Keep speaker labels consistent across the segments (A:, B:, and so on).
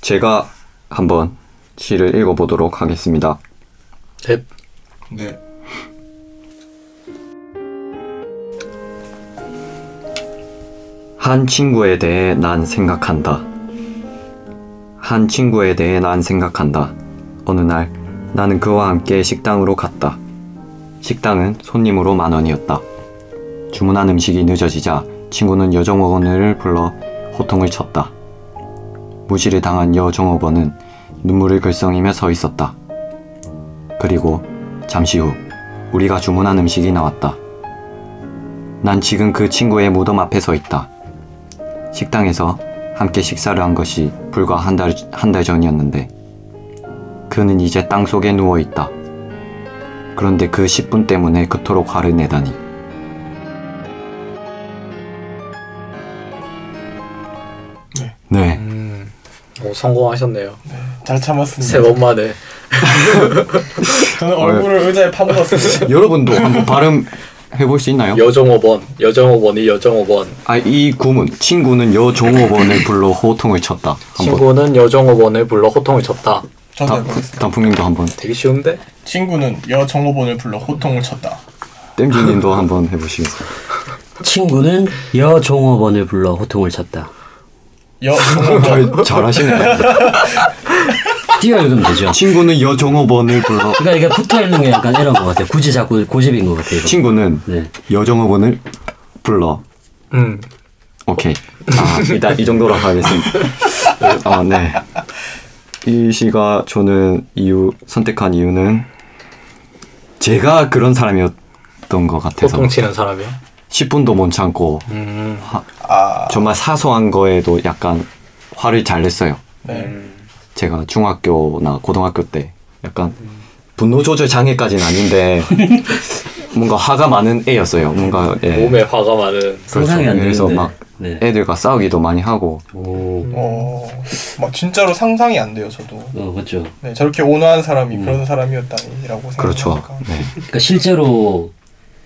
A: 제가 한번 시를 읽어보도록 하겠습니다.
B: 넵.
C: 네.
A: 한 친구에 대해 난 생각한다. 한 친구에 대해 난 생각한다. 어느 날 나는 그와 함께 식당으로 갔다. 식당은 손님으로 만 원이었다. 주문한 음식이 늦어지자 친구는 여정원을 불러 호통을 쳤다. 무시를 당한 여정업원은 눈물을 글썽이며 서 있었다. 그리고 잠시 후 우리가 주문한 음식이 나왔다. 난 지금 그 친구의 무덤 앞에 서 있다. 식당에서 함께 식사를 한 것이 불과 한 달 한 달 전이었는데 그는 이제 땅 속에 누워 있다. 그런데 그 10분 때문에 그토록 화를 내다니.
C: 네.
A: 네.
B: 음, 오, 성공하셨네요.
C: 잘 참았습니다.
B: 세 번 만에.
C: 저는 얼굴을 의자에 파묻었습니다.
A: 여러분도 한번 발음 해볼 수 있나요?
B: 여정업원, 여정업원이 여정업원.
A: 아 이 구문 친구는 여종업원을 불러 호통을 쳤다. 한번
B: 친구는 여정업원을 불러 호통을 쳤다.
C: 저도
A: 아,
C: 해보겠습니다.
A: 단풍님도 한번
B: 되게 쉬운데?
C: 친구는 여 정호본을 불러 호통을 쳤다.
A: 땜질님도 한번 해보시겠어요?
D: 친구는 여종업원을 불러 호통을 쳤다.
C: 여 정호본
A: 아, 잘하시네요.
D: 띄어 읽으면 되죠.
A: 친구는 여종업원을 불러
D: 그러니까 이게 붙어 있는 게 약간 이런 것 같아요. 굳이 자꾸 고집인 것 같아요. 이거.
A: 친구는
D: 네.
A: 여정업원을 불러
B: 음.
A: 오케이. 아, 일단 이 정도로 하겠습니다. 아, 네. 이 시가 저는 이유 선택한 이유는 제가 그런 사람이었던 것 같아서
B: 호통 치는 사람이요.
A: 10분도 못 참고
B: 음.
C: 아
A: 정말 사소한 거에도 약간 화를 잘 냈어요.
C: 네.
A: 제가 중학교나 고등학교 때 약간 분노 조절 장애까지는 아닌데 뭔가 화가 많은 애였어요. 뭔가 예.
B: 몸에 화가 많은.
A: 그렇죠.
D: 상상이 안
A: 그래서
D: 되는데.
A: 막
D: 네.
A: 애들과 싸우기도 많이 하고
D: 오.
C: 어막 진짜로 상상이 안 돼요 저도.
D: 어, 그렇죠.
C: 네 저렇게 온화한 사람이 그런 사람이었다니라고
A: 그렇죠.
C: 생각하니까
A: 네.
D: 그러니까 실제로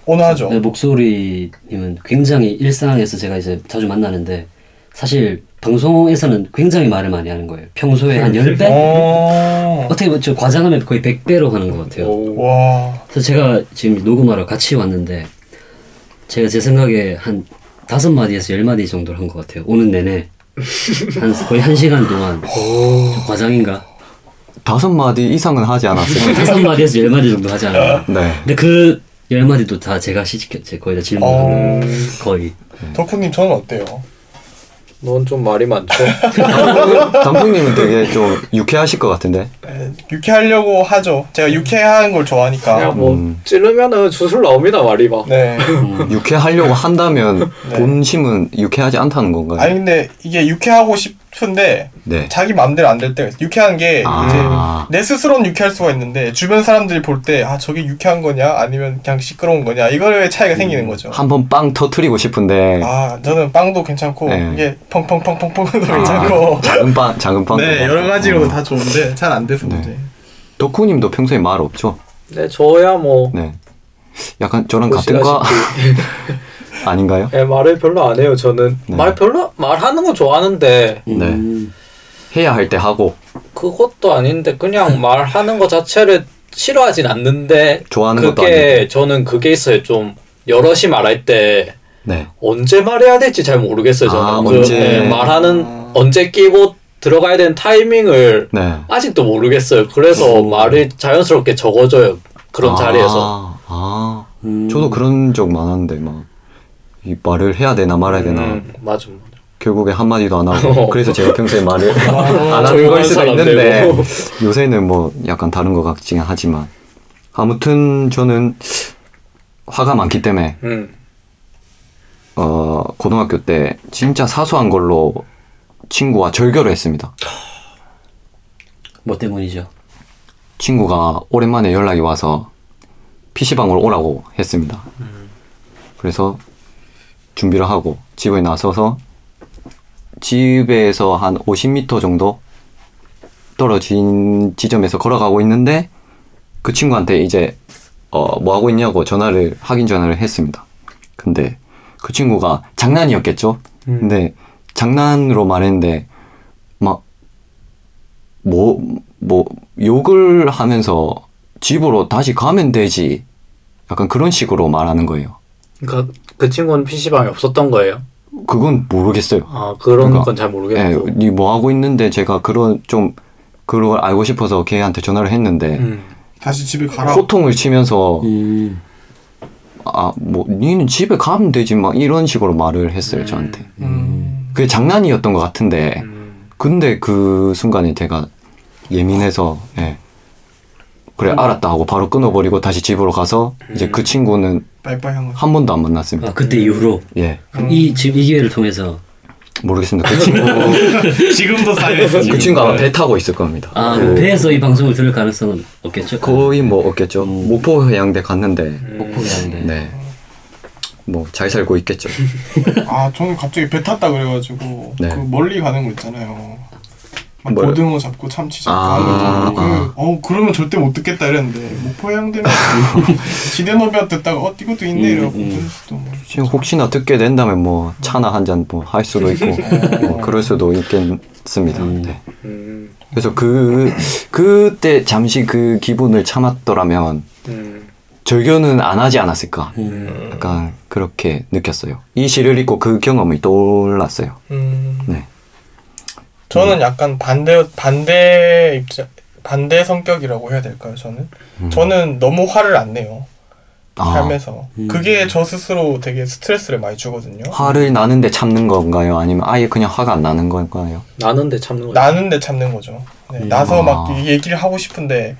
C: 온화하죠.
A: 그렇죠.
D: 네, 목소리님은 굉장히 일상에서 제가 이제 자주 만나는데 사실 방송에서는 굉장히 말을 많이 하는 거예요. 평소에 한
A: 네.
D: 10배?
C: 어.
D: 어떻게 보면 좀 과장하면 거의 100배로 하는 것
A: 네.
D: 같아요.
B: 오.
C: 와
D: 그래서 제가 지금 녹음하러 같이 왔는데 제가 제 생각에 한 다섯 마디에서 열 마디 정도를 한 것 같아요. 오는 내내 한 거의 한 시간 동안 좀 과장인가?
A: 다섯 마디 이상은 하지 않았어요.
D: 다섯 마디에서 열 마디 정도 하지 않았나?
A: 네.
D: 근데 그 열 마디도 다 제가 시식했 제 거의 다 질문을
C: 어.
D: 거의
C: 덕후님 저는 어때요?
B: 넌 좀 말이 많죠?
A: 단풍님은 되게 좀 유쾌하실 것 같은데.
C: 네, 유쾌하려고 하죠. 제가 유쾌한 걸 좋아하니까.
B: 그냥 뭐
A: 음.
B: 찌르면은 주술 나옵니다 말이 막.
C: 네.
A: 유쾌하려고 한다면
C: 네.
A: 본심은 유쾌하지 않다는 건가요?
C: 아니 근데 이게 유쾌하고 싶은데
A: 네.
C: 자기 마음대로 안 될 때가 있어. 유쾌한 게
A: 아.
C: 이제 내 스스로는 유쾌할 수가 있는데 주변 사람들이 볼 때 아 저게 유쾌한 거냐 아니면 그냥 시끄러운 거냐 이거의 차이가 생기는
A: 음.
C: 거죠.
A: 한번 빵 터트리고 싶은데
C: 아 저는 빵도 괜찮고
A: 네.
C: 이게 펑펑펑펑펑도
A: 아,
C: 괜찮고
A: 작은 빵 작은 빵.
C: 네 여러 가지로
A: 어.
C: 다 좋은데 잘 안 돼서
A: 네.
C: 문제.
A: 덕후님도 평소에 말 없죠?
B: 네, 저야 뭐
A: 네. 약간 저랑 음, 같은 거
B: 보시다시피
A: 아닌가요?
B: 예, 말을 별로 안 해요. 저는
A: 네.
B: 말 별로 말하는 거 좋아하는데
D: 음.
A: 네. 해야 할 때 하고
B: 그것도 아닌데 그냥 말하는 거 자체를 싫어하진 않는데
A: 좋아하는 것도
B: 그게 저는 그게 있어요. 좀 여럿이 말할 때
A: 네.
B: 언제 말해야 될지 잘 모르겠어요. 저는
A: 아,
B: 그,
A: 언제. 아.
B: 예, 말하는 언제 끼고 들어가야 되는 타이밍을
A: 네.
B: 아직도 모르겠어요. 그래서 말을 자연스럽게 적어줘요. 그런
A: 음. 아,
B: 자리에서
A: 아.
D: 음.
A: 저도 그런 적 많았는데 막 이 말을 해야 되나 말아야 되나
B: 음, 맞아. 맞아.
A: 결국에 한 마디도 안 하고
B: 어.
A: 그래서 제가 평소에 말을 안 하는
B: 조용한
A: 걸 수도
B: 아, 사람
A: 있는데
B: 되고.
A: 요새는 뭐 약간 다른 것 같긴 하지만 아무튼 저는 화가 많기 때문에
B: 음.
A: 어 고등학교 때 진짜 사소한 걸로 친구와 절교를 했습니다.
D: 뭐 때문이죠?
A: 친구가 오랜만에 연락이 와서 PC방으로 오라고 했습니다. 그래서 준비를 하고 집에 나서서 집에서 한 50m 정도 떨어진 지점에서 걸어가고 있는데 그 친구한테 이제 어, 뭐 하고 있냐고 전화를 확인 전화를 했습니다. 근데 그 친구가 장난이었겠죠?
B: 음.
A: 근데 장난으로 말했는데 막 뭐, 뭐, 욕을 하면서 집으로 다시 가면 되지. 약간 그런 식으로 말하는 거예요.
B: 그러니까 그 친구는 PC방이 없었던 거예요.
A: 그건 모르겠어요.
B: 아 그런
A: 그러니까,
B: 건 잘
A: 예,
B: 모르겠고.
A: 니 뭐 하고 있는데 제가 그런 좀, 그걸 알고 싶어서 걔한테 전화를 했는데,
B: 음.
C: 다시 집에 가라.
A: 호통을 치면서,
D: 음.
A: 아, 뭐, 니는 집에 가면 되지, 막 이런 식으로 말을 했어요, 저한테.
C: 음.
A: 그게 장난이었던 것 같은데,
B: 음.
A: 근데 그 순간에 제가 예민해서 예. 그래 알았다 하고 바로 끊어버리고 다시 집으로 가서 이제 그 친구는
C: 빠이빠이 한 거죠.
A: 한 번도 안 만났습니다.
D: 아 그때 이후로
A: 예
C: 음.
D: 이 지금 이 기회를 통해서
A: 모르겠습니다. 그 친구
C: 지금도 쌓여있어.
A: 그 친구 아마 배 타고 있을 겁니다.
D: 아
A: 그
D: 배에서 이 방송을 들을 가능성은 없겠죠?
A: 거의 뭐 없겠죠.
D: 음.
A: 목포 해양대
B: 음.
A: 갔는데
D: 폭포라는데.
A: 네. 뭐 잘 살고 있겠죠.
C: 아, 저는 갑자기 배 탔다 그래가지고
A: 네.
C: 그 멀리 가는 거 있잖아요. 막
A: 뭘?
C: 고등어 잡고 참치 잡고
A: 아,
C: 하는 거.
A: 아.
C: 그, 어 그러면 절대 못 듣겠다 이랬는데 뭐 목포 해양대면 지대노비아 듣다가 어 이것도 있네 이러고
D: 음, 음.
C: 또 뭐.
A: 지금 혹시나 듣게 된다면 뭐 차나 한 잔 뭐 할 수도 있고
C: 어.
A: 뭐 그럴 수도 있겠습니다. 네.
B: 음.
A: 그래서 그 그때 잠시 그 기분을 참았더라면
B: 음.
A: 절교는 안 하지 않았을까.
D: 음.
A: 약간 그렇게 느꼈어요. 이 시를 읽고 그 경험이 떠올랐어요.
C: 음.
A: 네.
C: 저는 약간 반대 반대 입장 반대 성격이라고 해야 될까요? 저는
A: 음.
C: 저는 너무 화를 안 내요
A: 아,
C: 삶에서
D: 음.
C: 그게 저 스스로 되게 스트레스를 많이 주거든요.
A: 화를 나는데 참는 건가요? 아니면 아예 그냥 화가 안 나는 건가요?
B: 나는데 참는 거죠.
C: 나는데 참는 거죠. 네,
D: 음.
C: 나서 막
A: 아.
C: 이 얘기를 하고 싶은데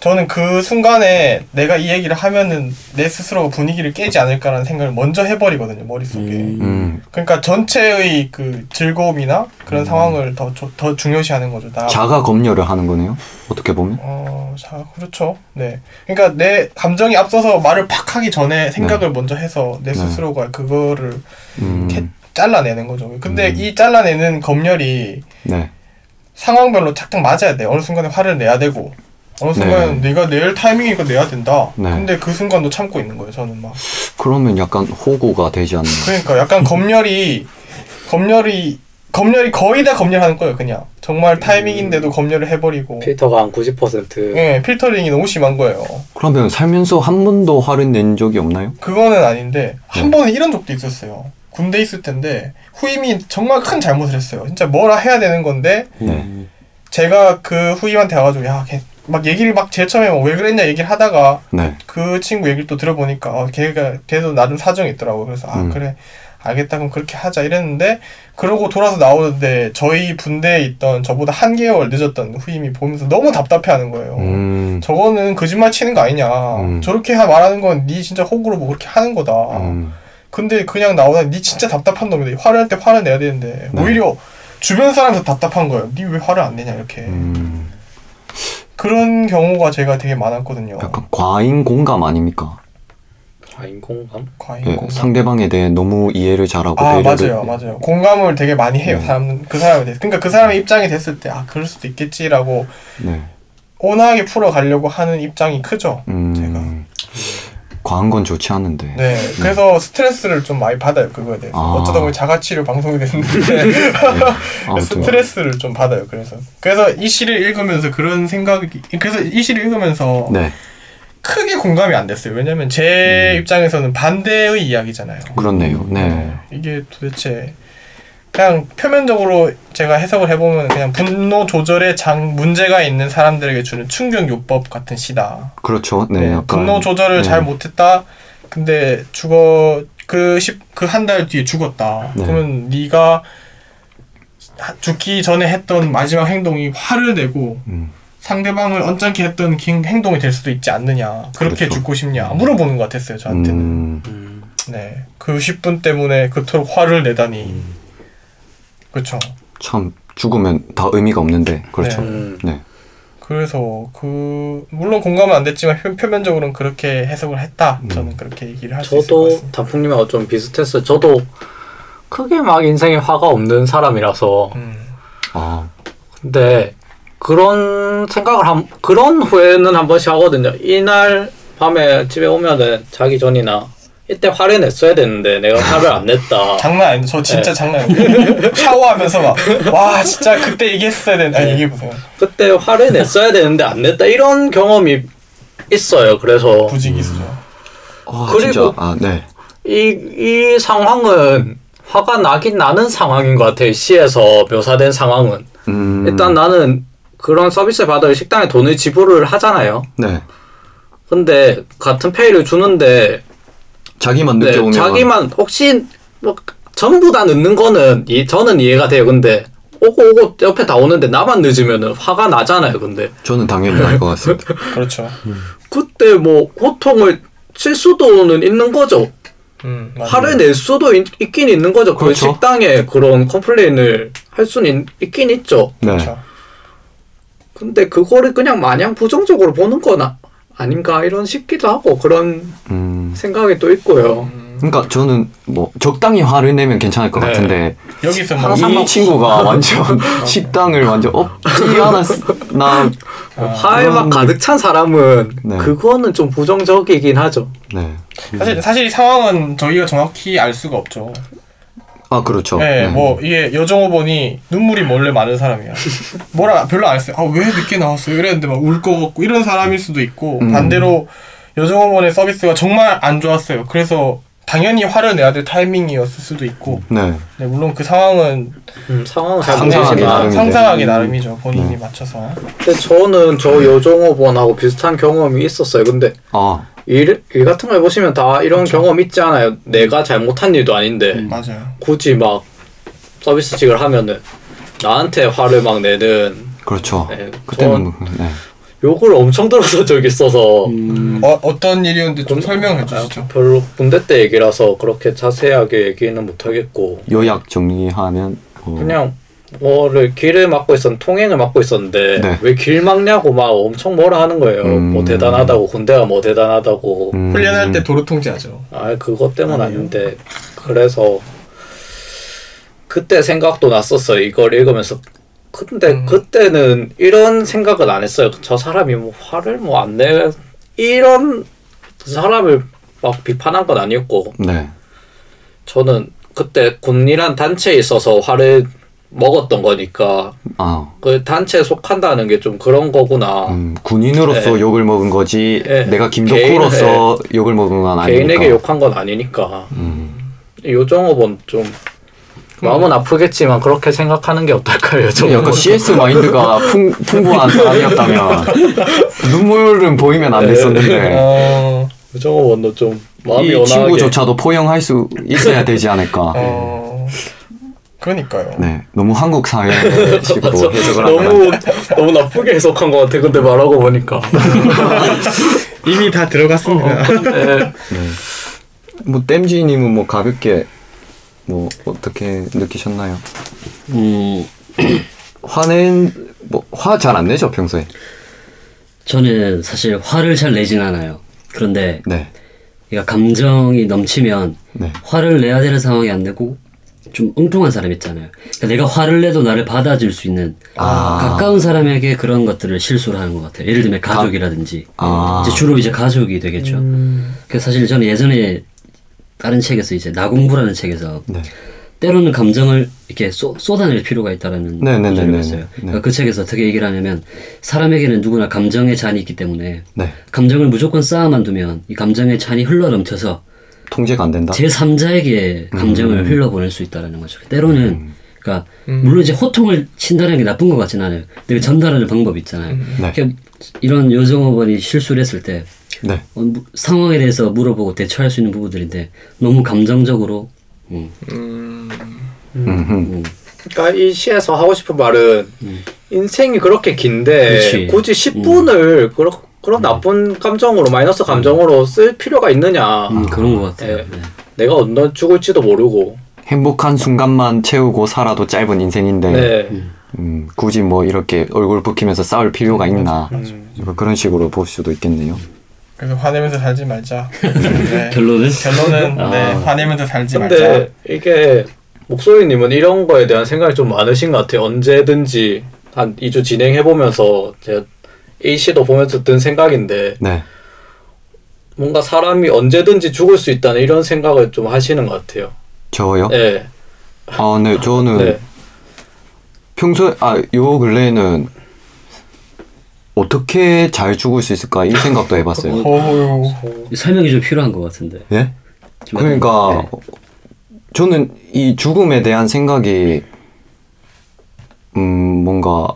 C: 저는 그 순간에 내가 이 얘기를 하면은 내 스스로가 분위기를 깨지 않을까라는 생각을 먼저 해버리거든요 머릿속에.
D: 음.
A: 음,
C: 그러니까 전체의 그 즐거움이나 그런 상황을 더, 조- 더 중요시하는 거죠. 나
A: 자가 검열을 하는 거네요. 어떻게 보면.
C: 어, 자, 그렇죠. 네. 그러니까 내 감정이 앞서서 말을 팍 하기 전에 생각을 먼저 해서 내
A: 네.
C: 스스로가 그거를
A: 음,
C: 캐- 잘라내는 거죠. 근데
A: 음.
C: 이 잘라내는 검열이
A: 네.
C: 상황별로 착착 맞아야 돼. 어느 순간에 화를 내야 되고, 어느 순간에 내가 낼 타이밍이니까 내야 된다.
A: 네.
C: 근데 그 순간도 참고 있는 거예요, 저는 막.
A: 그러면 약간 호구가 되지 않나.
C: 그러니까 약간 검열이, 검열이, 검열이 거의 다 검열하는 거예요, 그냥. 정말 타이밍인데도 검열을 해버리고.
B: 필터가 한 90%.
C: 예, 필터링이 너무 심한 거예요.
A: 그러면 살면서 한 번도 화를 낸 적이 없나요?
C: 그거는 아닌데 한
A: 네.
C: 번은 이런 적도 있었어요. 군대 있을 텐데 후임이 정말 큰 잘못을 했어요. 진짜 뭐라 해야 되는 건데
A: 네.
C: 제가 그 후임한테 와가지고 야걔막 얘기를 막 제일 처음에 뭐 막왜 그랬냐 얘기를 하다가
A: 네.
C: 그 친구 얘기를 또 들어보니까 어, 걔가 걔도 나름 사정이 있더라고. 그래서 아
A: 음.
C: 그래 알겠다 그럼 그렇게 하자 이랬는데 그러고 돌아서 나오는데 저희 분대에 있던 저보다 한 개월 늦었던 후임이 보면서 너무 답답해하는 거예요.
D: 어.
A: 음,
C: 저거는 거짓말 치는 거 아니냐.
A: 음.
C: 저렇게 하- 말하는 건 네 진짜 호구로 뭐 그렇게 하는 거다.
D: 어.
A: 음,
C: 근데 그냥 나오다 니 진짜 답답한 놈이다. 화를 할 때 화를 내야 되는데
A: 네.
C: 오히려 주변 사람도 답답한 거예요. 니 왜 화를 안 내냐 이렇게
D: 네.
A: 음.
C: 그런 경우가 제가 되게 많았거든요.
A: 약간 과잉 공감 아닙니까?
B: 아 인공감?
C: 과잉
A: 예,
C: 공감.
A: 상대방에 대해 너무 이해를 잘하고
C: 네. 아
A: 배려를
C: 맞아요, 맞아요. 공감을 되게 많이 해요.
A: 그 음.
C: 사람 그 사람에 대해서. 그러니까 그 사람의 입장이 됐을 때 아 그럴 수도 있겠지라고
A: 네.
C: 온화하게 풀어가려고 하는 입장이 크죠.
A: 음, 과한 건 좋지 않은데.
C: 네, 그래서 스트레스를 좀 많이 받아요 그거에
A: 음.
C: 대해서.
A: 아.
C: 어쩌다 보니 자가치료 방송이 됐는데
A: 아무튼
C: 스트레스를 좀 받아요. 그래서 그래서 이 시를 읽으면서 그런 생각이 그래서 이 시를 읽으면서
A: 네
C: 크게 공감이 안 됐어요. 왜냐면 제 입장에서는 반대의 이야기잖아요.
A: 음. 그렇네요. 네.
C: 이게 도대체 그냥 표면적으로 제가 해석을 해보면 그냥 분노 조절에 장 문제가 있는 사람들에게 주는 충격 요법 같은 시다.
A: 그렇죠. 네.
C: 네,
A: 약간
C: 분노 조절을
A: 네.
C: 잘 못했다. 근데 죽어 그그한 달 뒤에 죽었다.
A: 네.
C: 그러면 네가 하- 죽기 전에 했던 마지막 행동이 화를 내고
A: 음.
C: 상대방을 언짢게 했던 긴 행동이 될 수도 있지 않느냐. 그렇게
A: 그렇죠.
C: 죽고 싶냐 물어보는 것 같았어요 저한테는.
A: 음,
B: 음.
C: 네, 그 10분 때문에 그토록 화를 내다니.
B: 음.
C: 그렇죠.
A: 참 죽으면 다 의미가 없는데 그렇죠. 네.
B: 음.
C: 그래서 그 물론 공감은 안 됐지만 표, 표면적으로는 그렇게 해석을 했다.
B: 음.
C: 저는 그렇게 얘기를 할 수 있을 것
B: 저도
C: 같습니다.
B: 단풍님하고 좀 비슷했어요. 저도 크게 막 인생에 화가 없는 사람이라서
C: 음.
A: 아
B: 근데 그런 생각을 한 그런 후회는 한 번씩 하거든요. 이날 밤에 집에 오면은 자기 전이나 이때 화를 냈어야 되는데 내가 화를 안 냈다.
C: 장난 아닌데 저
B: 네.
C: 진짜 장난 아니에요. 샤워하면서 막 와 진짜 그때 얘기했어야 되는데 아니
B: 네.
C: 이게 무슨
B: 그때 화를 냈어야 되는데 안 냈다 이런 경험이 있어요. 그래서
C: 부지기수죠.
A: 어,
B: 그리고-
A: 진짜 아 네.
B: 이, 이 상황은 화가 나긴 나는 상황인 것 같아요. 시에서 묘사된 상황은.
A: 음,
B: 일단 나는 그런 서비스 받을 식당에 돈을 지불을 하잖아요.
A: 네.
B: 근데 같은 페이를 주는데
A: 자기만
B: 네,
A: 늦게 오면
B: 자기만 혹시 뭐 전부 다 늦는 거는 이, 저는 이해가 돼요. 근데 오고 오고 옆에 다 오는데 나만 늦으면은 화가 나잖아요. 근데
A: 저는 당연히 알 것 같습니다.
C: 그렇죠.
B: 그때 뭐 호통을 칠 수도는 있는 거죠.
C: 음, 맞아요.
B: 화를 낼 수도 있, 긴 있는 거죠. 그
A: 그렇죠.
B: 식당에 그런 컴플레인을 할 수는 있, 있긴 있죠.
A: 네.
C: 그렇죠.
B: 근데 그거를 그냥 마냥 부정적으로 보는 거나 아닌가 이런 싶기도 하고 그런
A: 음.
B: 생각이 또 있고요.
A: 그러니까 저는 뭐 적당히 화를 내면 괜찮을 것
B: 네.
A: 같은데
C: 여기서 뭐
B: 항상
A: 이
B: 막-
A: 친구가 완전 식당을 완전 없지 않았나
B: 화에 막
A: 그런-
B: 가득 찬 사람은
A: 네.
B: 그거는 좀 부정적이긴 하죠.
A: 네.
C: 사실 사실 이 상황은 저희가 정확히 알 수가 없죠.
A: 아 그렇죠.
C: 네, 뭐 이게 여정호번이 눈물이 원래 많은 사람이야. 뭐라 별로 안 했어요. 아 왜 늦게 나왔어요? 이랬는데 막 울 것 같고 이런 사람일 수도 있고
A: 음.
C: 반대로 여정호번의 서비스가 정말 안 좋았어요. 그래서 당연히 화를 내야 될 타이밍이었을 수도 있고
A: 네.
C: 네, 물론 그 상황은
B: 음, 상황은 잘
A: 상상하기 나름.
B: 모르지만
C: 상상하기
A: 나름인데.
C: 나름이죠. 음. 상상하기 나름이죠. 본인이 맞춰서.
B: 근데 저는 저 요정호번하고 비슷한 경험이 있었어요. 근데
A: 아
B: 일, 일 같은 거 해보시면 다 이런 경험 있지 않아요. 내가 잘못한 일도 아닌데
C: 맞아요.
B: 굳이 막 서비스직을 하면은 나한테 화를 막 내는
A: 그렇죠.
B: 네,
A: 그때는 네.
B: 욕을 엄청 들어서 저기 있어서
D: 음,
C: 어, 어떤 일이었는지 좀 설명해 주시죠.
B: 아, 별로 군대 때 얘기라서 그렇게 자세하게 얘기는 못하겠고
A: 요약 정리하면 어,
B: 그냥 뭐를 길을 막고 있었는 통행을 막고 있었는데
A: 네.
B: 왜 길 막냐고 막 엄청 뭐라 하는 거예요.
A: 음.
B: 뭐 대단하다고 군대가 뭐 대단하다고
A: 음,
C: 훈련할 때 도로 통제하죠.
B: 아 그것 때문 아닌데 그래서 그때 생각도 났었어요 이걸 읽으면서 근데
C: 음.
B: 그때는 이런 생각은 안 했어요 저 사람이 뭐 화를 뭐 안 내 이런 사람을 막 비판한 건 아니었고
A: 네.
B: 저는 그때 군이란 단체에 있어서 화를 먹었던 거니까
A: 아
B: 그 단체에 속한다는 게 좀 그런 거구나
A: 음, 군인으로서
B: 네.
A: 욕을 먹은 거지
B: 네.
A: 내가
B: 개인, 네.
A: 김덕호로서 욕을 먹은 건 아니니까.
B: 개인에게 욕한 건 아니니까
A: 음,
B: 요정업은 좀 마음은 아프겠지만 그렇게 생각하는 게 어떨까요? 좀
A: 약간 CS 마인드가 풍, 풍부한 사람이었다면 눈물은 보이면 안 됐었는데
C: 어,
B: 요정업은 좀 네. 마음이
A: 이
B: 원하게 네.
A: 친구조차도 포용할 수 있어야 되지 않을까.
C: 어, 그러니까요.
A: 네, 너무 한국 사회식으로
B: 맞아.
A: 뭐 해석을 한다.
B: 너무 너무 나쁘게 해석한 것 같아. 근데 말하고 보니까
A: 음.
C: 이미 다 들어갔습니다.
B: 네.
A: 뭐 땜지님은 뭐 가볍게 뭐 어떻게 느끼셨나요?
D: 음,
A: 화는 뭐 화 잘 안 내죠 평소에?
D: 저는 사실 화를 잘 내진 않아요. 그런데
A: 네,
D: 얘가 감정이 넘치면
A: 네,
D: 화를 내야 되는 상황이 안 되고 좀 엉뚱한 사람 있잖아요. 그러니까 내가 화를 내도 나를 받아줄 수 있는
A: 아.
D: 가까운 사람에게 그런 것들을 실수를 하는 것 같아요. 예를 들면 가족이라든지
A: 아.
D: 이제 주로 이제 가족이 되겠죠. 그래서 사실 저는 예전에 다른 책에서 이제 나공부라는 책에서
A: 네,
D: 때로는 감정을 이렇게 쏟- 쏟아낼 필요가 있다라는
A: 네네네네네.
D: 구절이 있어요.
A: 네.
D: 그러니까 그 책에서 어떻게 얘기를 하냐면 사람에게는 누구나 감정의 잔이 있기 때문에
A: 네.
D: 감정을 무조건 쌓아만 두면 이 감정의 잔이 흘러넘쳐서
A: 통제가 안 된다.
D: 제3자에게 감정을
A: 음.
D: 흘러보낼 수 있다라는 거죠. 때로는 그러니까
C: 음.
D: 물론 이제 호통을 친다는 게 나쁜 것 같진 않아요. 근데 그 전달하는 방법이 있잖아요.
A: 네.
D: 그러니까 이런 요정어원이 실수를 했을 때
A: 네,
D: 어, 무- 상황에 대해서 물어보고 대처할 수 있는 부분들인데 너무 감정적으로 음,
A: 음,
D: 음,
B: 그러니까 이 시에서 하고 싶은 말은
D: 음.
B: 인생이 그렇게 긴데
D: 그렇지.
B: 굳이
A: 음.
B: 10분을 그런 그런 나쁜 감정으로 마이너스
A: 음.
B: 감정으로 쓸 필요가 있느냐?
D: 음, 그런 것 같아요.
B: 네.
D: 네.
B: 내가 언제 죽을지도 모르고.
A: 행복한 순간만 채우고 살아도 짧은 인생인데
B: 네.
A: 음, 굳이 뭐 이렇게 얼굴 붉히면서 싸울 필요가 있나
B: 음.
A: 뭐 그런 식으로 볼 수도 있겠네요.
C: 그래서 화내면서 살지 말자. 네.
D: 결론은
C: 결론은
D: 아.
C: 네, 화내면서 살지 말자.
B: 근데 이게 목소리님은 이런 거에 대한 생각이 좀 많으신 것 같아요. 언제든지 한 2주 진행해보면서 제가 A씨도 보면서 든 생각인데
A: 네,
B: 뭔가 사람이 언제든지 죽을 수 있다는 이런 생각을 좀 하시는 것 같아요.
A: 저요?
B: 예.
A: 아, 네, 저는
B: 네.
A: 평소 아, 요 근래에는 어떻게 잘 죽을 수 있을까 이 생각도 해봤어요.
C: 어우.
D: 설명이 좀 필요한 것 같은데.
A: 예?
D: 좀
A: 그러니까
D: 네.
A: 저는 이 죽음에 대한 생각이 음 뭔가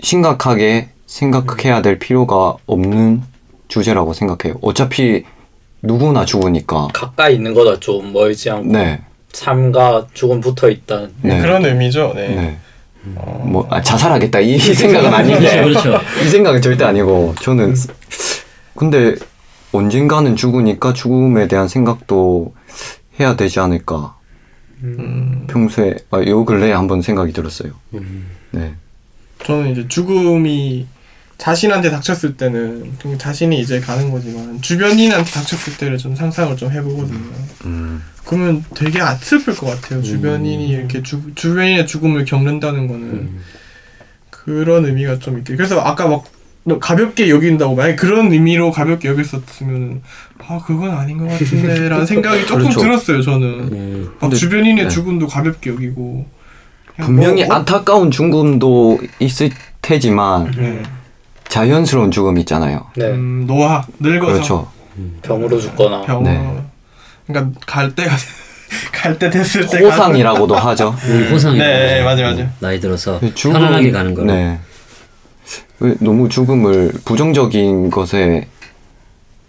A: 심각하게 생각해야 될 필요가 없는 주제라고 생각해요. 어차피 누구나 죽으니까.
B: 가까이 있는 거다 좀 멀지 않고
A: 네.
B: 삶과 죽음 붙어 있다는.
A: 네.
C: 그런 의미죠. 네.
A: 네. 뭐 아, 자살하겠다 이 생각은 아닌데
D: 그렇죠, 그렇죠.
A: 이 생각은 절대 아니고 저는
C: 음.
A: 근데 언젠가는 죽으니까 죽음에 대한 생각도 해야 되지 않을까
C: 음,
A: 평소에 아, 요 근래에 한번 생각이 들었어요.
D: 음,
A: 네.
C: 저는 이제 죽음이 자신한테 닥쳤을 때는 좀 자신이 이제 가는 거지만 주변인한테 닥쳤을 때를 좀 상상을 좀 해보거든요.
D: 음.
C: 그러면 되게 안 슬플 것
A: 음.
C: 같아요. 주변인이 이렇게 주, 주변인의 죽음을 겪는다는 거는
D: 음.
C: 그런 의미가 좀 있게. 그래서 아까 막너 가볍게 여긴다고 만약 그런 의미로 가볍게 여겼었으면 아 그건 아닌 것 같은데라는 생각이 조금
A: 그렇죠.
C: 들었어요. 저는
D: 음,
C: 막
A: 근데-
C: 주변인의
A: 네.
C: 죽음도 가볍게 여기고 그냥
A: 분명히
C: 뭐-
A: 안타까운 죽음도 있을 테지만
C: 네.
A: 자연스러운 죽음 있잖아요.
B: 네.
C: 음, 노화 늙어서
A: 그렇죠.
B: 병으로 죽거나
C: 병
A: 네.
C: 그러니까 갈 때가 갈 때 됐을 때
A: 호상이라고도 하죠.
D: 음, 호상이
C: 네, 네, 그 맞아, 맞아.
D: 나이 들어서
A: 죽음-
D: 편안하게 가는 거로.
A: 네. 왜 너무 죽음을 부정적인 것에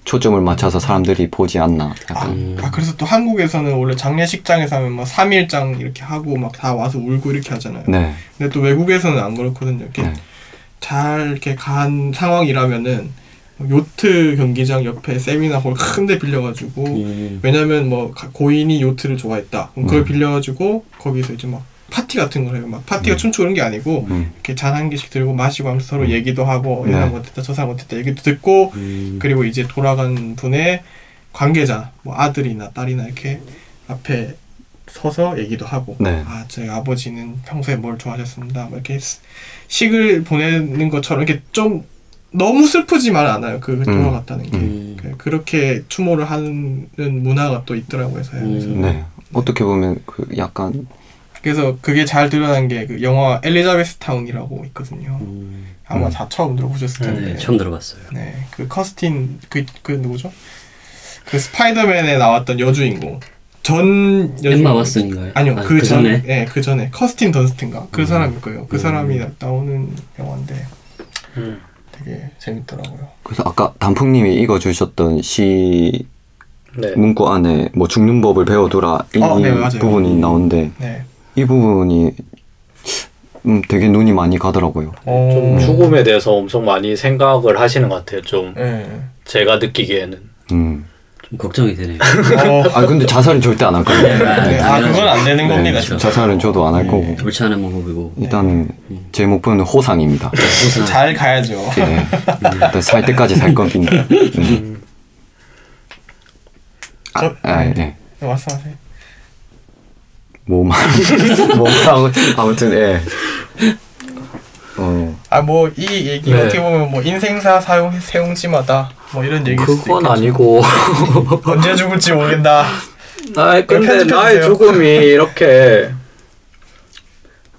A: 초점을 맞춰서 사람들이 보지 않나.
C: 아,
A: 약간.
C: 아, 그래서 또 한국에서는 원래 장례식장에서 하면 막 3일장 이렇게 하고 막 다 와서 울고 이렇게 하잖아요.
A: 네.
C: 근데 또 외국에서는 안 그렇거든요. 이렇게
A: 네.
C: 잘 이렇게 간 상황이라면은 요트 경기장 옆에 세미나 홀 큰 데 빌려가지고
D: 음,
C: 왜냐면 뭐 가- 고인이 요트를 좋아했다. 그럼 그걸
A: 음.
C: 빌려가지고 거기서 이제 막 파티 같은 걸 해요. 막 파티가 춤추고 그런 게 아니고
A: 네. 음.
C: 이렇게 잔 한 개씩 들고 마시고 하면서 서로 얘기도 하고
A: 네.
C: 이 사람 어땠다 저 사람 어땠다 얘기도 듣고
D: 음,
C: 그리고 이제 돌아간 분의 관계자 뭐 아들이나 딸이나 이렇게 앞에 서서 얘기도 하고
A: 네.
C: 아 저희 아버지는 평소에 뭘 좋아하셨습니다 뭐 이렇게 시- 식을 보내는 것처럼 이렇게 좀 너무 슬프지만 않아요 그 돌아갔다는 게
D: 음.
C: 그- 그렇게 추모를 하는 문화가 또 있더라고요 서양에서
D: 음.
A: 네. 어떻게 보면 그 약간
C: 그래서 그게 잘 드러난 게 그 영화 엘리자베스 타운이라고 있거든요
D: 음,
C: 아마
A: 음.
C: 다 처음 들어보셨을 텐데
D: 네, 처음 들어봤어요.
C: 네, 그 커스틴 그 그 누구죠? 그 스파이더맨에 나왔던 여주인공 전 여주인공
D: 엠마 왓슨인가요?
C: 아니요
D: 아니,
C: 그
D: 그
C: 전에
D: 전에?
C: 네, 그 전에 커스틴 던스틴가 그
D: 음.
C: 사람일 거예요. 그
D: 음.
C: 사람이 나- 나오는 영화인데
B: 음.
C: 되게 재밌더라고요.
A: 그래서 아까 단풍님이 읽어주셨던 시
B: 네.
A: 문구 안에 뭐 죽는 법을 배워두라 이
C: 어, 네, 맞아요.
A: 부분이 나오는데
C: 네,
A: 이 부분이 음, 되게 눈이 많이 가더라고요.
B: 좀
C: 어,
B: 죽음에 대해서 엄청 많이 생각을 하시는 것 같아요. 좀
C: 네.
B: 제가 느끼기에는
A: 음.
D: 좀 걱정이 되네요.
C: 어,
A: 아 근데 자살은 절대 안 할 거예요.
C: 네. 아 그건 안 되는 네.
A: 네,
C: 겁니다.
D: 그렇죠.
A: 자살은 저도 안 할 거고
D: 옳지 않은 방법이고.
A: 일단 제 목표는 호상입니다.
D: 호상.
C: 잘 가야죠.
A: 네. 일단 살 때까지 살 겁니다. 네. 아,
C: 음. 저-
A: 아, 예.
C: 네, 말씀하세요.
A: 뭐 말, 뭐 말하고 아무튼 예. 어,
C: 아 뭐 이 얘기
B: 네.
C: 어떻게 보면 뭐 인생사 사용 세용지마다 뭐 이런 얘기일 수도
B: 그건
C: 있고
B: 아니고
C: 언제 죽을지 모르겠다.
B: 아 근데
C: 네, 편집해주세요.
B: 나의 죽음이 이렇게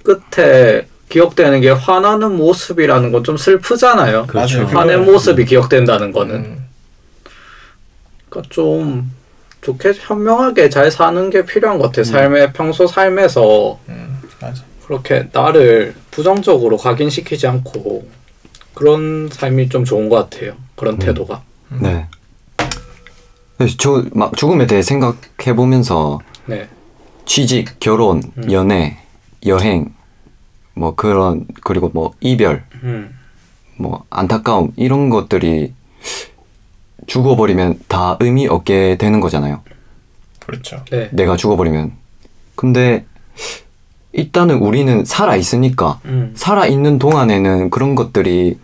B: 끝에 기억되는 게 화나는 모습이라는 건 좀 슬프잖아요.
D: 그렇죠. 뭐,
C: 맞아요.
B: 화낸
C: 그거는-
B: 모습이 기억된다는 거는
C: 음.
B: 그러니까 좀 좋게 현명하게 잘 사는 게 필요한 것 같아요. 삶에 평소 삶에서
C: 음, 맞아.
B: 그렇게 나를 부정적으로 각인시키지 않고 그런 삶이 좀 좋은 것 같아요. 그런 태도가.
A: 네. 그래서 저막 죽음에 대해 생각해 보면서
B: 네.
A: 취직, 결혼, 연애, 여행, 뭐 그런 그리고 뭐 이별,
B: 음.
A: 뭐 안타까움 이런 것들이 죽어버리면 다 의미 없게 되는 거잖아요.
C: 그렇죠.
B: 네.
A: 내가 죽어버리면. 근데 일단은 우리는 살아 있으니까
B: 음.
A: 살아 있는 동안에는 그런 것들이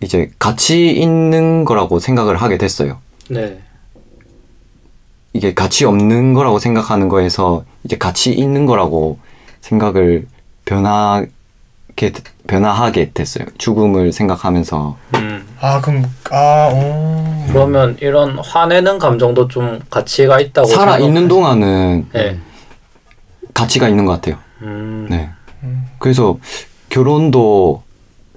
A: 이제 가치 있는 거라고 생각을 하게 됐어요.
B: 네.
A: 이게 가치 없는 거라고 생각하는 거에서 이제 가치 있는 거라고 생각을 변하게 변화하게 됐어요. 죽음을 생각하면서
B: 음.
C: 아 그럼 아 어.
B: 그러면 이런 화내는 감정도 좀 가치가 있다고
A: 살아 있는
B: 생각하시-
A: 동안은
B: 네.
A: 가치가 있는 것 같아요.
B: 음.
A: 네.
C: 음.
A: 그래서 결혼도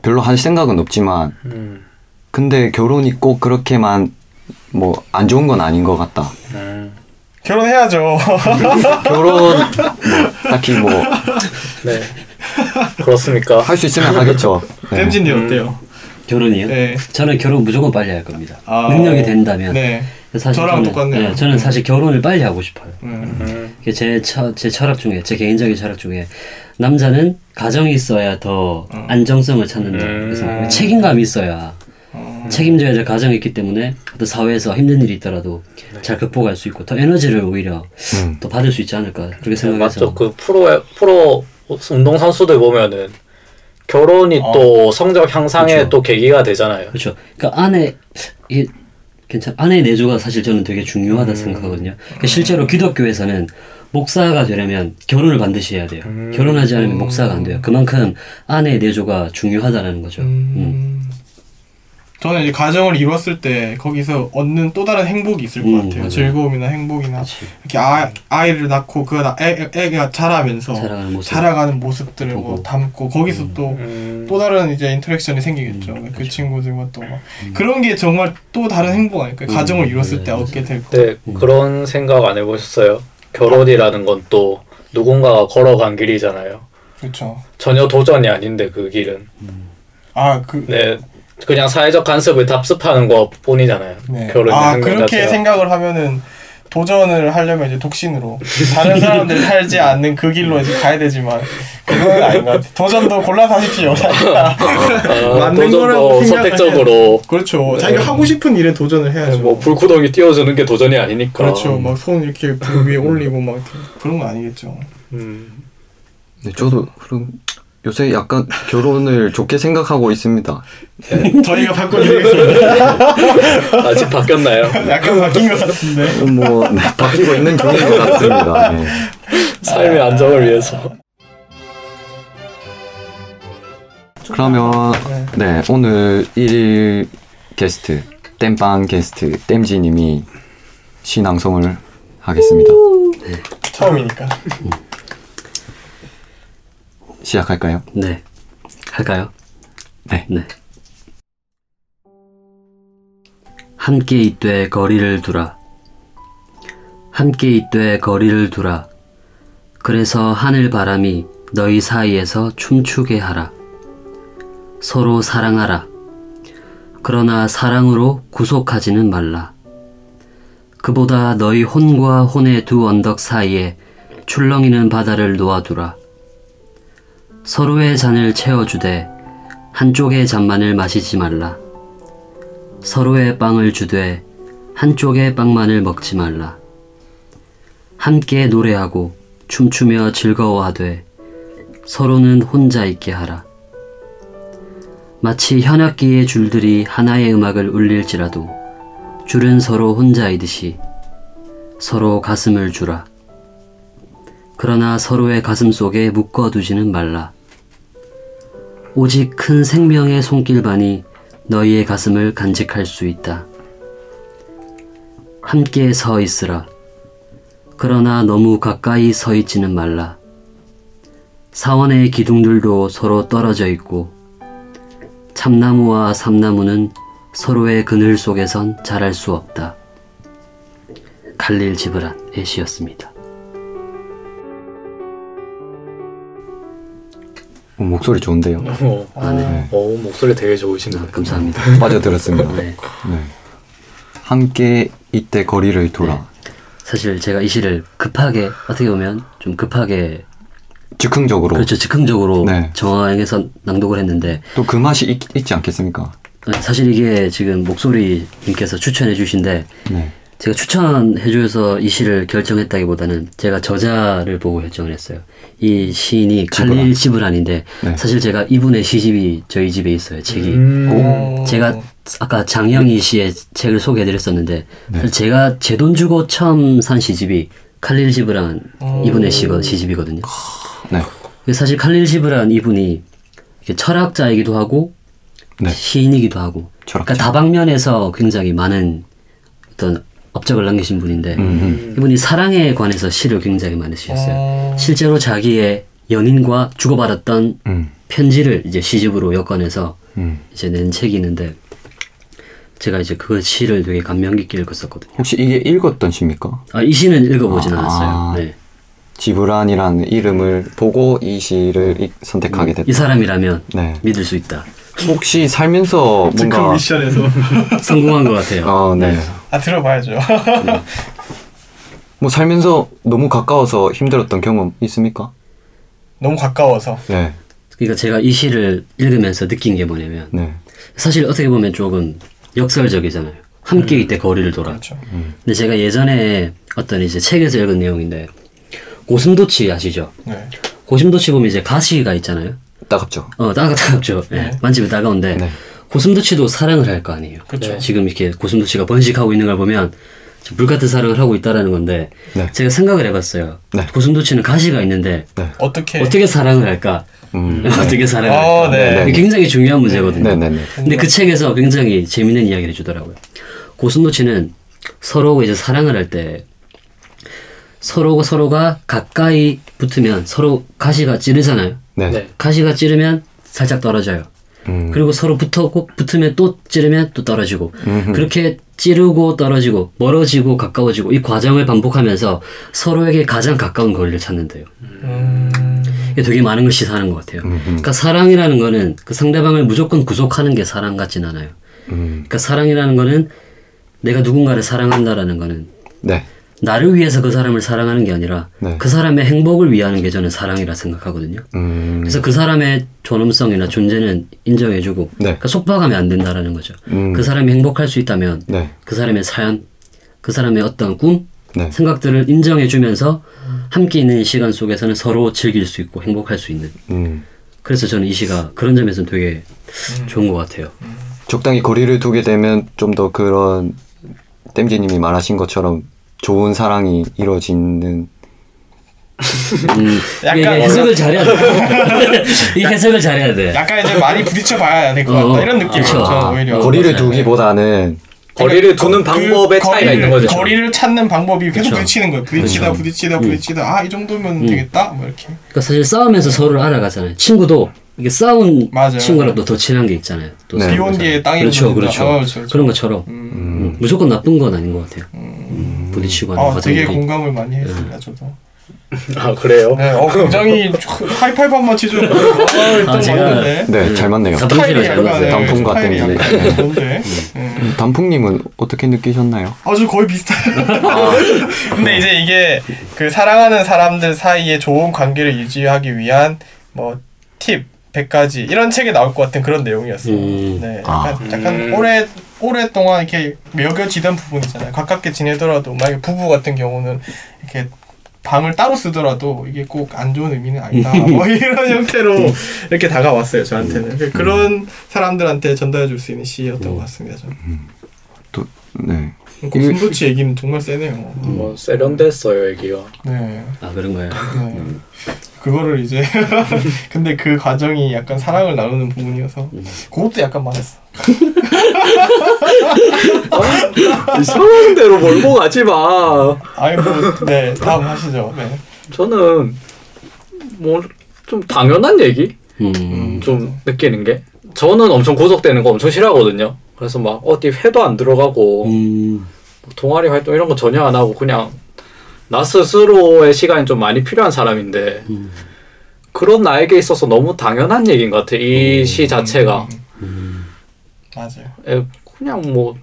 A: 별로 할 생각은 없지만
B: 음.
A: 근데 결혼이 꼭 그렇게만 뭐 안 좋은 건 아닌 것 같다.
B: 음.
C: 결혼해야죠.
A: 결혼 뭐 딱히 뭐 할 수
B: 네. 그렇습니까?
A: 있으면 하겠죠. 네.
C: 댐진이
B: 음.
C: 어때요?
D: 결혼이요?
C: 네.
D: 저는 결혼 무조건 빨리 할 겁니다.
C: 아,
D: 음. 능력이
C: 어.
D: 된다면.
C: 네.
D: 사실
C: 저랑
D: 저는,
C: 똑같네요.
D: 예, 저는 사실 결혼을 빨리 하고 싶어요.
C: 음.
B: 음.
D: 이게 제, 처, 제 철학 중에 제 개인적인 철학 중에 남자는 가정이 있어야 더
C: 음.
D: 안정성을 찾는다.
B: 음.
D: 그래서 책임감이 있어야
C: 어.
D: 책임져야 될 가정이 있기 때문에 또 사회에서 힘든 일이 있더라도 잘 극복할 수 있고 더 에너지를 오히려
A: 음.
D: 더 받을 수 있지 않을까 그렇게
B: 네,
D: 생각해서
B: 맞죠. 그 프로의 프로 운동 선수들 보면은 결혼이 또 성적 향상에
D: 그쵸.
B: 또 계기가 되잖아요.
D: 그렇죠. 그러니까 아내 이게 괜찮 아내 내조가 사실 저는 되게 중요하다 생각하거든요. 그러니까 실제로 기독교에서는 목사가 되려면 결혼을 반드시 해야 돼요. 결혼하지 않으면 목사가 안 돼요. 그만큼 아내의 내조가 중요하다는 거죠. 음.
C: 음. 저는 이제 가정을 이뤘을 때 거기서 얻는 또 다른 행복이 있을 것
D: 음,
C: 같아요.
D: 맞아요.
C: 즐거움이나 행복이나
D: 그치.
C: 이렇게 아, 아이를 낳고 그 나- 애, 애가 자라면서
D: 자라가는 모습.
C: 자라가는 모습들을 뭐
D: 보고.
C: 담고 거기서 또 또
B: 음.
C: 다른 이제 인터랙션이 생기겠죠.
D: 음,
C: 그 친구들과 또 막. 그런 게 정말 또 다른 행복 아닐까요?
D: 음,
C: 가정을 이뤘을 때 얻게 될 거.
B: 네, 그런 생각 안 해보셨어요? 결혼이라는 건 또 누군가가 걸어간 길이잖아요.
C: 그렇죠.
B: 전혀 도전이 아닌데 그 길은.
C: 아, 그
B: 네, 그냥 사회적 간섭을 답습하는 것 뿐이잖아요.
C: 네. 아,
B: 결혼이라는 건
C: 그렇게
B: 자체가.
C: 생각을 하면은 도전을 하려면 이제 독신으로 다른 사람들 살지 않는 그 길로 이제 가야 되지만 그건 아닌 것 같아. 도전도 골라서 하십시오. 자기가
B: 아,
C: 어, 맞는
B: 도전도
C: 거라고 생각을
B: 선택적으로
C: 그렇죠. 자기가 하고 싶은 일에 도전을 해야죠.
B: 뭐 불구덩이 띄워주는 게 도전이 아니니까.
C: 그렇죠. 막 손 이렇게 불 위에 올리고 막 이렇게 그런 건 아니겠죠.
B: 음.
A: 네, 저도 그럼 요새 약간 결혼을 좋게 생각하고 있습니다.
C: 저희가 바꿔드리겠습니다.
B: 아직 바뀌었나요?
C: 약간 바뀐 것 같은데.
A: 뭐 네, 바뀌고 있는 중인 것 같습니다. 네.
B: 삶의 안정을 위해서.
A: 그러면 네 오늘 1일 게스트 땜빵 게스트 땜지님이 신앙송을 하겠습니다.
C: 처음이니까.
A: 시작할까요?
D: 네. 할까요?
A: 네.
D: 네. 함께 이때 거리를 두라. 함께 이때 거리를 두라. 그래서 하늘 바람이 너희 사이에서 춤추게 하라. 서로 사랑하라. 그러나 사랑으로 구속하지는 말라. 그보다 너희 혼과 혼의 두 언덕 사이에 출렁이는 바다를 놓아두라. 서로의 잔을 채워주되 한쪽의 잔만을 마시지 말라. 서로의 빵을 주되 한쪽의 빵만을 먹지 말라. 함께 노래하고 춤추며 즐거워하되 서로는 혼자 있게 하라. 마치 현악기의 줄들이 하나의 음악을 울릴지라도 줄은 서로 혼자이듯이 서로 가슴을 주라. 그러나 서로의 가슴 속에 묶어두지는 말라. 오직 큰 생명의 손길만이 너희의 가슴을 간직할 수 있다. 함께 서 있으라. 그러나 너무 가까이 서 있지는 말라. 사원의 기둥들도 서로 떨어져 있고, 참나무와 삼나무는 서로의 그늘 속에선 자랄 수 없다. 갈릴 지브란의 시였습니다.
A: 어, 목소리 좋은데요.
B: 오,
C: 아, 어. 네.
B: 오, 어, 목소리 되게 좋으신데.
D: 아, 감사합니다.
A: 빠져들었습니다.
D: 네.
A: 네. 함께 이때 거리를 돌아
D: 사실 제가 이 시를 급하게 어떻게 보면 좀 급하게
A: 즉흥적으로
D: 그렇죠 즉흥적으로
A: 네.
D: 정황에서 낭독을 했는데
A: 또 그 맛이 있, 있지 않겠습니까?
D: 사실 이게 지금 목소리님께서 추천해 주신데
A: 네.
D: 제가 추천해 줘서 이 시를 결정했다기보다는 제가 저자를 보고 결정을 했어요. 이 시인이
A: 지브란.
D: 칼릴 지브란인데
A: 네.
D: 사실 제가 이분의 시집이 저희 집에 있어요 책이.
B: 음.
D: 제가 아까 장영희 씨의 책을 소개해드렸었는데
A: 네.
D: 사실 제가 제 돈 주고 처음 산 시집이 칼릴 지브란 이분의 시거, 시집이거든요.
A: 네.
D: 근데 사실 칼릴 지브란 이분이 이게 철학자이기도 하고
A: 네.
D: 시인이기도 하고
A: 철학자.
D: 그러니까 다방면에서 굉장히 많은 어떤 업적을 남기신 분인데
A: 음,
D: 이분이 사랑에 관해서 시를 굉장히 많이 쓰셨어요.
C: 어,
D: 실제로 자기의 연인과 주고받았던
A: 음,
D: 편지를 이제 시집으로 엮어내서
A: 음.
D: 이제 낸 책이 있는데 제가 이제 그 시를 되게 감명 깊게 읽었었거든요.
A: 혹시 이게 읽었던 시입니까?
D: 아, 이 시는 읽어보진
A: 아.
D: 않았어요. 네.
A: 지브란이라는 이름을 보고 이 시를 음. 이- 선택하게
D: 이
A: 됐다.
D: 사람이라면
A: 네.
D: 믿을 수 있다.
A: 혹시 살면서
C: 즉흥
A: 뭔가
C: 미션에서
D: 성공한 것 같아요.
A: 아, 네.
C: 아 들어봐야죠.
A: 뭐 살면서 너무 가까워서 힘들었던 경험 있습니까?
C: 너무 가까워서
A: 네.
D: 그러니까 제가 이 시를 읽으면서 느낀 게 뭐냐면
A: 네.
D: 사실 어떻게 보면 조금 역설적이잖아요. 함께 이때 거리를 돌아.
C: 음. 그렇죠.
D: 근데 제가 예전에 어떤 이제 책에서 읽은 내용인데 고슴도치 아시죠?
C: 네.
D: 고슴도치 보면 이제 가시가 있잖아요.
A: 따갑죠.
D: 어 따가 따갑죠. 예, 만지면 따가운데
A: 네.
D: 고슴도치도 사랑을 할 거 아니에요. 네.
C: 그렇죠.
D: 지금 이렇게 고슴도치가 번식하고 있는 걸 보면 저물 같은 사랑을 하고 있다라는 건데
A: 네.
D: 제가 생각을 해봤어요.
A: 네.
D: 고슴도치는 가시가 있는데
C: 어떻게?
D: 어떻게 사랑을 할까?
A: 음.
D: 어떻게 사랑을 할까?
C: 아 네.
A: 네.
D: 이게 굉장히 중요한 문제거든요.
A: 네, 네, 네.
D: 근데 그 책에서 굉장히 재밌는 이야기를 해주더라고요. 고슴도치는 서로 이제 사랑을 할 때 서로 서로가 가까이 붙으면 서로 가시가 찌르잖아요.
A: 네.
B: 네.
C: 그러니까
D: 가시가 찌르면 살짝 떨어져요.
A: 음.
D: 그리고 서로 붙었고 붙으면 또 찌르면 또 떨어지고
A: 음흠.
D: 그렇게 찌르고 떨어지고 멀어지고 가까워지고 이 과정을 반복하면서 서로에게 가장 가까운 거리를 찾는데요.
C: 음,
D: 이게 되게 많은 걸 시사하는 것 같아요.
A: 음흠.
D: 그러니까 사랑이라는 거는 그 상대방을 무조건 구속하는 게 사랑 같진 않아요.
A: 음.
D: 그러니까 사랑이라는 거는 내가 누군가를 사랑한다라는 거는
A: 네.
D: 나를 위해서 그 사람을 사랑하는 게 아니라
A: 네.
D: 그 사람의 행복을 위하는 게 저는 사랑이라 생각하거든요.
A: 음.
D: 그래서 그 사람의 존엄성이나 존재는 인정해주고
A: 네.
D: 그러니까 속박하면 안 된다라는 거죠.
A: 음.
D: 그 사람이 행복할 수 있다면
A: 네.
D: 그 사람의 사연, 그 사람의 어떤 꿈,
A: 네.
D: 생각들을 인정해주면서 함께 있는 시간 속에서는 서로 즐길 수 있고 행복할 수 있는
A: 음.
D: 그래서 저는 이 시가 그런 점에서 되게
C: 음.
D: 좋은 것 같아요.
A: 적당히 거리를 두게 되면 좀 더 그런 땜지님이 말하신 것처럼 좋은 사랑이 이루어지는
D: 음,
C: 약간
D: 이게 해석을 잘해야 돼. 이 해석을 잘해야 돼.
C: 약간 이제 많이 부딪혀 봐야 될 것 같다
D: 어,
C: 이런 느낌이죠.
D: 그렇죠.
C: 저는 오히려
A: 거리를
D: 맞아요.
A: 두기보다는
B: 거리를 두는 방법의
C: 그
B: 차이가
C: 거리를-
B: 있는 거죠.
C: 거리를 찾는 방법이 계속
D: 그렇죠.
C: 부딪히는 거예요. 부딪히다
A: 그렇죠.
C: 부딪히다 부딪히다 아 이 정도면 되겠다 뭐 이렇게.
D: 그러니까 사실 싸우면서 서로를 알아가잖아요. 친구도 이게 싸운
C: 맞아요.
D: 친구랑 또더 친한 게 있잖아요. 또
A: 네.
D: 싸우면서.
C: 비온 뒤에 땅이
D: 그렇죠,
C: 무너진다.
D: 그렇죠.
C: 아, 그렇죠, 그렇죠.
D: 그런 것처럼 음, 무조건 나쁜 건 아닌 것 같아요. 음, 부딪히고 하는
C: 아 되게
D: 과정들이.
C: 공감을 많이 했습니다 저도.
B: 아 그래요?
C: 네, 어 굉장히 하이파이브 한번 치죠. 아 일단
D: 아, 제가-
C: 맞는데.
A: 네, 잘 맞네요.
D: 다-
C: 스타일이
D: 잘 맞아요.
C: 약간
A: 단풍 같은
C: 스타일이
A: 게.
C: 약간 그런데. 네.
A: 단풍님은 어떻게 느끼셨나요?
C: 아주 거의 비슷해요. 근데 이제 이게 그 사랑하는 사람들 사이에 좋은 관계를 유지하기 위한 뭐 팁 100가지 이런 책에 나올 것 같은 그런 내용이었어요.
D: 음.
C: 네, 약간,
A: 아.
C: 약간
B: 음.
C: 오래 오랫동안 이렇게 매겨지던 부분 있잖아요. 가깝게 지내더라도 만약에 부부 같은 경우는 이렇게 방을 따로 쓰더라도 이게 꼭 안 좋은 의미는 아니다. 뭐 이런 형태로 이렇게 다가왔어요 저한테는. 그런 사람들한테 전달해 줄 수 있는 시였던 것 같습니다. 저는.
A: 또 네.
C: 고슴도치 얘기는 정말 세네요.
B: 뭐 세련됐어요 얘기가.
C: 네.
D: 아 그런가요?
C: 네. 그거를 이제 근데 그 과정이 약간 사랑을 나누는 부분이어서 그것도 약간 많았어.
B: 이상한 대로 몰고 가지 마.
C: 아이고 네 다음 하시죠. 네.
B: 저는 뭐 좀 당연한 얘기
D: 음,
B: 좀 느끼는 게 저는 엄청 구속되는 거 엄청 싫어하거든요. 그래서 막 어디 회도 안 들어가고
D: 음,
B: 동아리 활동 이런 거 전혀 안 하고 그냥 나 스스로의 시간이 좀 많이 필요한 사람인데
D: 음.
B: 그런 나에게 있어서 너무 당연한 얘기인 것 같아 이
A: 음.
B: 시 자체가
C: 음. 맞아요.
B: 에, 그냥 뭐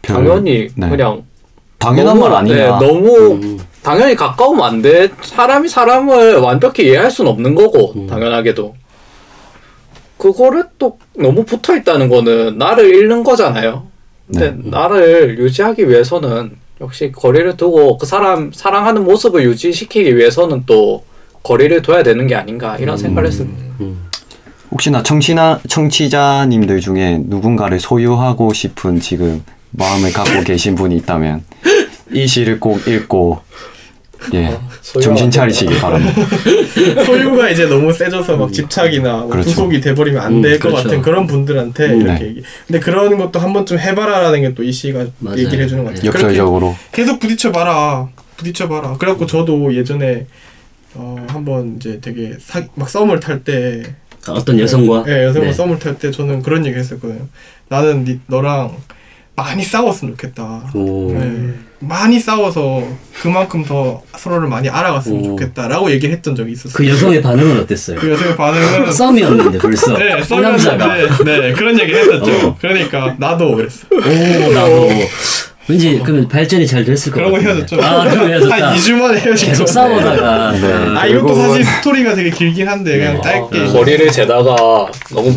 A: 별-
B: 당연히
A: 네.
B: 그냥
A: 당연한
B: 너무-
A: 말 아니야.
B: 네, 너무
D: 음.
B: 당연히 가까우면 안 돼. 사람이 사람을 완벽히 이해할 수는 없는 거고
D: 음.
B: 당연하게도 그거를 또 너무 붙어 있다는 거는 나를 잃는 거잖아요. 근데
A: 네.
B: 나를 유지하기 위해서는 역시 거리를 두고 그 사람 사랑하는 모습을 유지시키기 위해서는 또 거리를 둬야 되는 게 아닌가 이런 생각을 했습니다.
D: 음.
A: 혹시나 청취나 청취자님들 중에 누군가를 소유하고 싶은 지금 마음을 갖고 계신 분이 있다면 이 시를 꼭 읽고 예.
B: 소유가
A: 정신
B: 안
A: 차리시기 바랍니다.
C: 음. 소유가 이제 너무 세져서 막 집착이나 뭐
A: 그렇죠.
C: 구속이 돼버리면 안
D: 음,
C: 될 것
D: 그렇죠.
C: 같은 그런 분들한테
A: 음,
C: 이렇게
A: 네.
C: 얘기. 근데 그런 것도 한 번쯤 해봐라라는 게 또 이 씨가
D: 맞아요.
C: 얘기를 해주는 것 같아요. 그렇게
A: 역설적으로
C: 계속 부딪혀봐라. 부딪혀봐라. 그래갖고 저도 예전에 어, 한번 이제 되게 사, 막 썸을 탈 때
D: 어떤 여성과
C: 예, 여성과
D: 네.
C: 썸을 탈 때 저는 그런 얘기 했었거든요. 나는 니, 너랑 많이 싸웠으면 좋겠다.
D: 오.
C: 예, 많이 싸워서 그만큼 더 서로를 많이 알아갔으면
D: 오.
C: 좋겠다라고 얘기를 했던 적이 있었어요.
D: 그 여성의 반응은 어땠어요?
C: 그 여성의 반응은
D: 썸이었는데 벌써
C: 네,
D: 이 남자가
C: 썸이었는데 네, 그런 얘기를 했었죠.
D: 어.
C: 그러니까 나도 그랬어.
D: 오 나도 왠지 그러면 발전이 잘 됐을 것
C: 그러고
D: 같은데
C: 헤어졌죠.
D: 아 그러고 헤어졌다
C: 한 2주 만에 헤어진
D: 계속
C: 건데.
D: 싸우다가
A: 네.
C: 아, 이것도 사실 스토리가 되게 길긴 한데 그냥
D: 네.
C: 짧게.
B: 아, 거리를 재다가 너무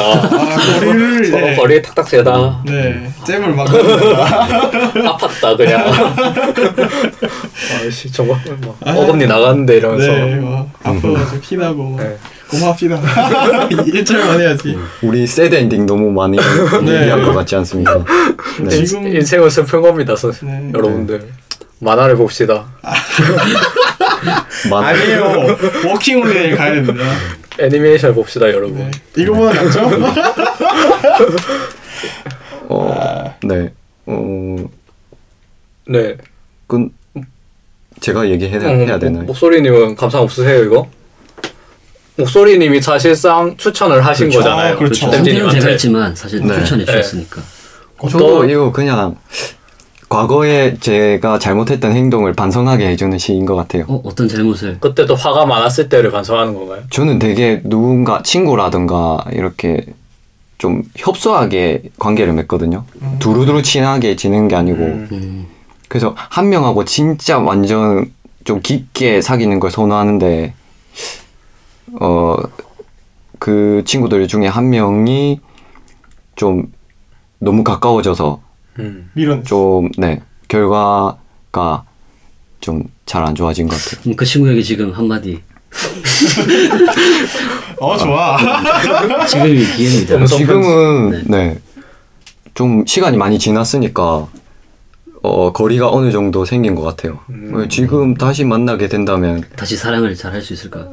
C: 아, 거리를
B: 서로
C: 네.
B: 거리에 탁탁 재다
D: 음.
C: 네, 잼을 막. 넣는다.
B: 아팠다 그냥. 아, 아씨 정말 막
C: 아.
B: 어금니 나갔는데 이러면서.
C: 네, 막 아파가지고 피나고 막.
B: 네.
C: 고맙시다. 일절만 해야지.
A: 우리 새드 엔딩 너무 많이
C: 네.
A: 얘기한 것 같지 않습니까? 네.
B: 인-
C: 지금-
B: 인생은 슬픈 겁니다, 선
C: 네.
B: 여러분들. 만화를 봅시다.
A: 만-
C: 아니에요. 워킹홀리데이 가야 됩니다.
B: 애니메이션 봅시다, 여러분.
C: 네. 이거보다 낫죠?
A: 어, 네. 어,
B: 네.
A: 그 제가 얘기해야 해야
B: 음,
A: 되나요?
B: 목소리님은 감상 없으세요, 이거? 목소리님이 사실상 추천을 하신
C: 그렇죠.
B: 거잖아요.
C: 아, 그렇죠.
D: 상대는 제가
B: 댐디님한테.
D: 했지만 사실
A: 네.
D: 추천해 주셨으니까
A: 저도 이거 그냥 과거에 제가 잘못했던 행동을 반성하게 해주는 시인 것 같아요.
D: 어, 어떤 잘못을
B: 그때도 화가 많았을 때를 반성하는 건가요?
A: 저는 되게 누군가 친구라든가 이렇게 좀 협소하게 관계를 맺거든요. 두루두루 친하게 지내는 게 아니고
B: 음.
D: 음.
A: 그래서 한 명하고 진짜 완전 좀 깊게 사귀는 걸 선호하는데 어 그 친구들 중에 한 명이 좀 너무 가까워져서
B: 음.
C: 밀어내.
A: 좀 네 결과가 좀 잘 안 좋아진 것 같아요.
D: 그럼 그 친구에게 지금 한마디
C: 어, 좋아.
D: 지금이 기회입니다
B: 음성
A: 지금은 네. 좀 시간이 많이 지났으니까 어 거리가 어느 정도 생긴 것 같아요.
B: 음.
A: 지금 다시 만나게 된다면
D: 다시 사랑을 잘 할 수 있을까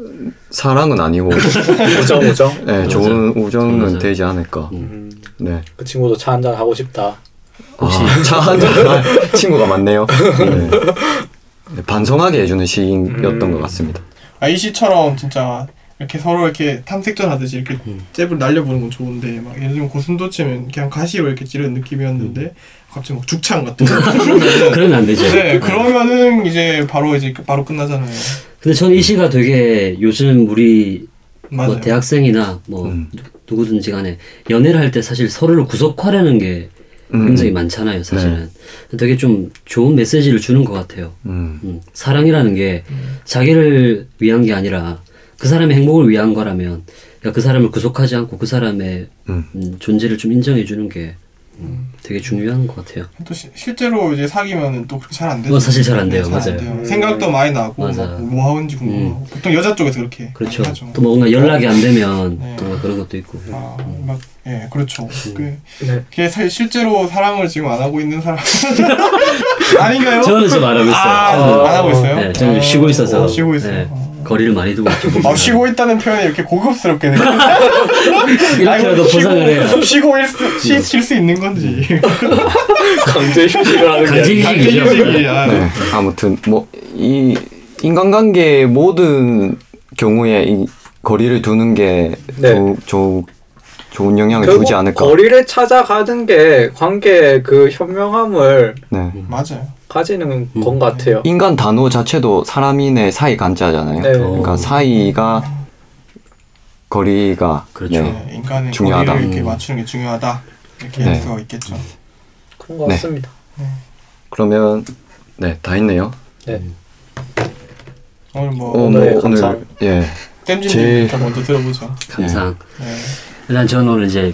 A: 사랑은 아니고
B: 우정, 우정.
A: 네, 좋은 우정은
D: 맞아요.
A: 되지 않을까.
B: 음.
A: 네.
B: 그 친구도 차 한잔 하고 싶다.
A: 혹시 차한잔 아, 친구가 많네요. 네. 네, 반성하게 해주는 시인이었던
B: 음.
A: 것 같습니다.
C: 아이씨처럼 진짜 이렇게 서로 이렇게 탐색전 하듯이 이렇게
D: 음.
C: 잽을 날려보는 건 좋은데 막 예를 들면 고슴도 치면 그냥 가시로 이렇게 찌르는 느낌이었는데 갑자기 막 죽창 같은 거.
D: 그러면 안 되죠
C: 네, 그러면은 이제 바로 이제 바로 끝나잖아요.
D: 근데 저는 이 시가 되게 요즘 우리
C: 맞아요.
D: 뭐 대학생이나 뭐
A: 음.
D: 누- 누구든지 간에 연애를 할 때 사실 서로를 구속하려는 게
A: 음.
D: 굉장히 많잖아요 사실은 되게 좀 좋은 메시지를 주는 것 같아요
A: 음.
D: 음, 사랑이라는 게 자기를 위한 게 아니라 그 사람의 행복을 위한 거라면 그러니까 그 사람을 구속하지 않고 그 사람의
A: 음.
D: 음, 존재를 좀 인정해 주는 게 음, 되게 중요한 것 같아요.
C: 또 시, 실제로 이제 사귀면은 또 그렇게 잘 안 되죠.
D: 어, 사실 잘안 돼요.
C: 네, 잘안
D: 맞아요.
C: 돼요. 생각도 많이 나고
D: 맞아요. 음.
C: 막뭐 하는지 궁금하고 보통 여자 쪽에서 그렇게
D: 그렇죠.
C: 많이 하죠.
D: 또 뭔가 연락이 안 되면
C: 네.
D: 또 그런 것도 있고.
C: 아, 막, 예, 그렇죠.
D: 음.
C: 그,
B: 네.
C: 그게 사실 실제로 사랑을 지금 안 하고 있는 사람 아닌가요?
D: 저는 지금 안 하고 있어요.
C: 아,
D: 저는,
C: 안 하고 있어요?
D: 네, 저는
C: 아,
D: 쉬고 있어서
C: 어, 쉬고 있어요.
D: 네,
C: 어.
D: 거리를 많이 두고 있죠.
C: 아, 쉬고 있다는 표현이 이렇게 고급스럽게 느껴.
D: 이렇게라도 보상을 해야
C: 쉬고
D: 네.
C: 쉴수 있는 건지. 그
B: 강제 휴식을 하는 게.
D: 강제
B: 아니라-
D: 음. 휴식이죠.
C: 휴식이야.
A: 네. 아무튼 뭐 이 인간관계 모든 경우에 이 거리를 두는 게
B: 네.
A: 좋- 좋- 좋은 영향을
B: 결국
A: 주지 않을까.
B: 거리를 찾아가는 게 관계의 그 현명함을
A: 네.
C: 맞아요.
B: 가지는
D: 음.
B: 건 같아요.
A: 인간 단어 자체도 사람인의 사이 간자잖아요.
B: 네.
A: 그러니까
D: 어.
A: 사이가 거리가
D: 그렇죠.
A: 네.
C: 네, 인간의
A: 중요하다.
C: 거리를 이렇게
D: 음.
C: 맞추는 게 중요하다. 이렇게
A: 네.
C: 할 수가 있겠죠.
B: 그런 것
A: 네.
B: 같습니다.
A: 그러면 네, 다 했네요.
B: 네.
C: 오늘
A: 어,
C: 뭐
A: 뭐
B: 네,
A: 오늘
B: 감사합니다.
A: 예. 제일-
C: 땜진님부터 먼저 들어보죠.
D: 감상.
C: 네.
D: 일단 저는 오늘 이제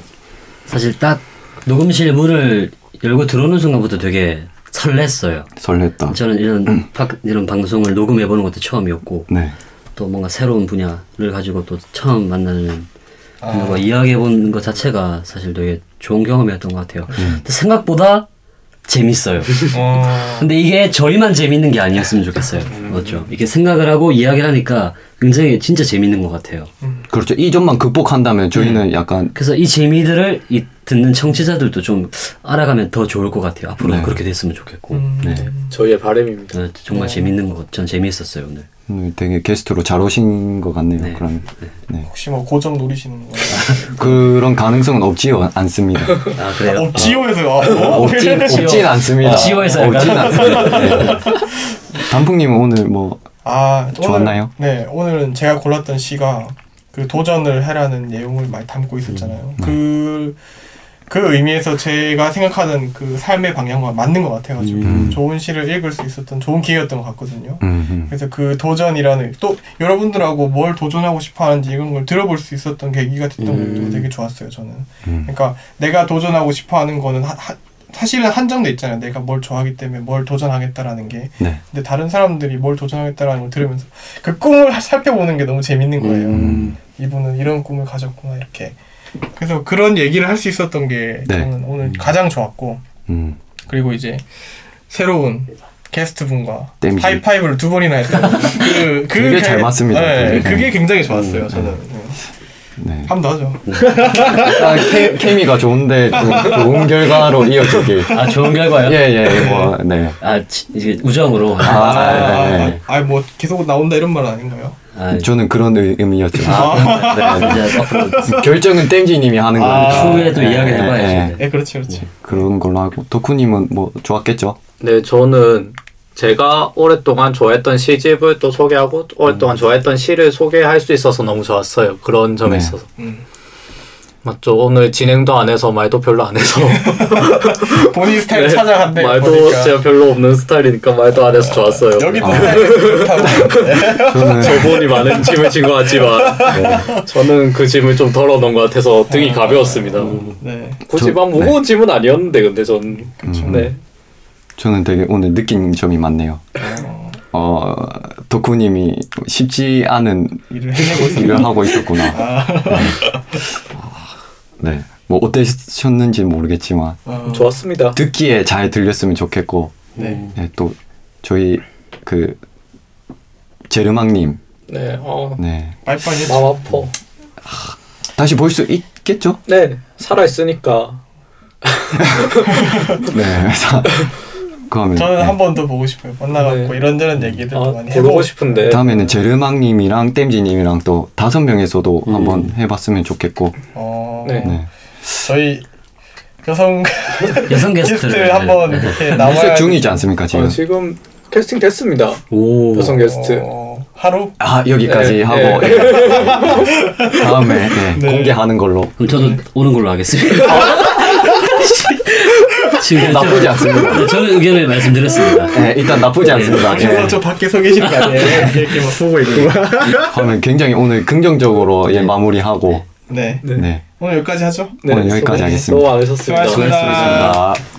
D: 사실 딱 녹음실 문을 열고 들어오는 순간부터 되게 설렜어요.
A: 설렜다.
D: 저는 이런 박- 이런 방송을 녹음해 보는 것도 처음이었고
A: 네.
D: 또 뭔가 새로운 분야를 가지고 또 처음 만나는
C: 아.
D: 분과 음. 이야기해 보는 것 자체가 사실 되게 좋은 경험이었던 것 같아요. 근데 생각보다 재밌어요.
C: 어,
D: 근데 이게 저희만 재밌는 게 아니었으면 좋겠어요. 맞죠? 이게 생각을 하고 이야기를 하니까 굉장히 진짜 재밌는 것 같아요.
A: 그렇죠. 이 점만 극복한다면 저희는 약간
D: 그래서 이 재미들을 이 듣는 청취자들도 좀 알아가면 더 좋을 것 같아요. 앞으로
A: 네.
D: 그렇게 됐으면 좋겠고.
C: 음,
A: 네.
B: 저희의 바람입니다.
D: 어, 정말 재밌는 것, 전 재미있었어요 오늘.
A: 오늘 되게 게스트로 잘 오신 것 같네요.
D: 네.
A: 그러면
C: 혹시 뭐 고정 노리시는 거예요?
A: 그런 가능성은 없지요 않습니다.
D: 아 그래요?
C: 업지오에서 아, 어?
A: 없지 없진 않습니다.
D: 지오에서 약간-
A: 없진 않습니다. 네. 단풍님은 오늘 뭐
C: 아,
A: 좋았나요?
C: 오늘, 네, 오늘은 제가 골랐던 시가 그 도전을 해라는 내용을 많이 담고
A: 음,
C: 있었잖아요.
A: 네.
C: 그, 그 의미에서 제가 생각하는 그 삶의 방향과 맞는 것 같아가지고
A: 음.
C: 좋은 시를 읽을 수 있었던 좋은 기회였던 것 같거든요.
A: 음, 음.
C: 그래서 그 도전이라는 또 여러분들하고 뭘 도전하고 싶어하는지 이런 걸 들어볼 수 있었던 계기가 됐던 것도 되게 좋았어요 저는
A: 음.
C: 그러니까 내가 도전하고 싶어하는 거는 하, 하- 사실은 한정돼 있잖아요 내가 뭘 좋아하기 때문에 뭘 도전하겠다라는 게
A: 네.
C: 근데 다른 사람들이 뭘 도전하겠다라는 걸 들으면서 그 꿈을 살펴보는 게 너무 재밌는 거예요
A: 음.
C: 이분은 이런 꿈을 가졌구나 이렇게 그래서 그런 얘기를 할 수 있었던 게
A: 네.
C: 저는 오늘 가장 좋았고
A: 음.
C: 그리고 이제 새로운 게스트분과
A: 땜질.
C: 하이파이브를 두 번이나 했던 그, 그
A: 되게
C: 게-
A: 잘 맞습니다.
C: 네,
A: 음.
C: 그게 굉장히 좋았어요. 저는
A: 네.
C: 한 번 더 하죠.
A: 아, 케, 케미가 좋은데 좀 좋은 결과로 이어지길.
D: 아 좋은 결과요?
A: 예예 뭐 네.
D: 아 지- 이제 우정으로.
A: 아,
C: 아,
A: 네, 네.
C: 아, 뭐 계속 나온다 이런 말 아닌가요?
D: 아,
A: 저는 그런 의- 의미였죠.
D: 아, 네, 이제 앞으로
A: 결정은 땜지님이 하는 거예요.
C: 아,
D: 추후에 또
A: 네,
D: 이야기
A: 네,
D: 해봐야죠.
C: 예, 그렇지, 그렇지.
A: 그런 걸로 하고 덕후님은 뭐 좋았겠죠.
B: 네, 저는 제가 오랫동안 좋아했던 시집을 또 소개하고 또 오랫동안 좋아했던 시를 소개할 수 있어서 너무 좋았어요. 그런 점에
A: 음. 네.
B: 있어서.
C: 음.
B: 맞죠. 오늘 진행도 안 해서 말도 별로 안 해서
C: 본인 스타일
B: 네,
C: 찾아간대.
B: 말도
C: 보니까.
B: 제가 별로 없는 스타일이니까 말도 안 해서 좋았어요.
C: 여기도
A: 아.
C: 스타일이 그렇다고.
A: 저는
B: 저분이 많은 짐을 진 것 같지만 저는 그 짐을 좀 덜어놓은 것 같아서 등이 가벼웠습니다.
C: 네.
B: 굳이
A: 음. 저-
B: 막 무거운 짐은 아니었는데 근데 전
A: 음.
B: 네.
A: 저는 되게 오늘 느낀 점이 많네요. 어 덕후님이 쉽지 않은
C: 일을 해내고 있어.
A: 일을 하고
D: 아.
A: 있었구나. 네. 뭐 어떠셨는지 모르겠지만
C: 어,
B: 좋았습니다.
A: 듣기에 잘 들렸으면 좋겠고
C: 네.
A: 네, 또 저희 그 제르망님
B: 네, 어,
A: 네
C: 빨빨이
B: 마음 아파.
A: 다시 볼 수 있겠죠?
B: 네, 살아 있으니까
A: 네 사- 그러면
C: 저는
A: 네.
C: 한 번 더 보고 싶어요. 만나갖고
B: 네.
C: 이런저런 얘기들
B: 아,
C: 도 많이 해보고
B: 고르고 싶은데 아,
A: 다음에는 제르망님이랑 땜지님이랑 또 다섯 명에서도
C: 음.
A: 한번 해봤으면 좋겠고
C: 어,
B: 네.
A: 네.
C: 저희 여성
D: 여성
C: 게스트를
D: 게스트를
C: 한번 이렇게
A: 연습
C: 남아야
A: 중이지 않습니까 지금?
B: 어, 지금 캐스팅 됐습니다.
D: 오.
B: 여성 게스트.
C: 어, 하루
A: 아 여기까지
B: 네,
A: 하고
B: 네.
A: 예. 다음에 네,
C: 네.
A: 공개하는 걸로
D: 그럼 저도 오는 걸로 하겠습니다. 지금
A: 나쁘지
D: 저-
A: 않습니다.
D: 네, 저는 의견을 말씀드렸습니다.
A: 네, 일단 나쁘지 않습니다.
C: 아, 그래서
A: 예.
C: 저 밖에 서 계신 거 아니에요? 이렇게 막 보고 있고.
A: 그러면 굉장히 오늘 긍정적으로 예, 마무리하고
C: 네.
A: 네.
C: 오늘 여기까지 하죠.
A: 오늘 여기까지 하겠습니다.
B: 네, 수고 많으셨습니다.
C: 수고하셨습니다.
A: 수고했습니다.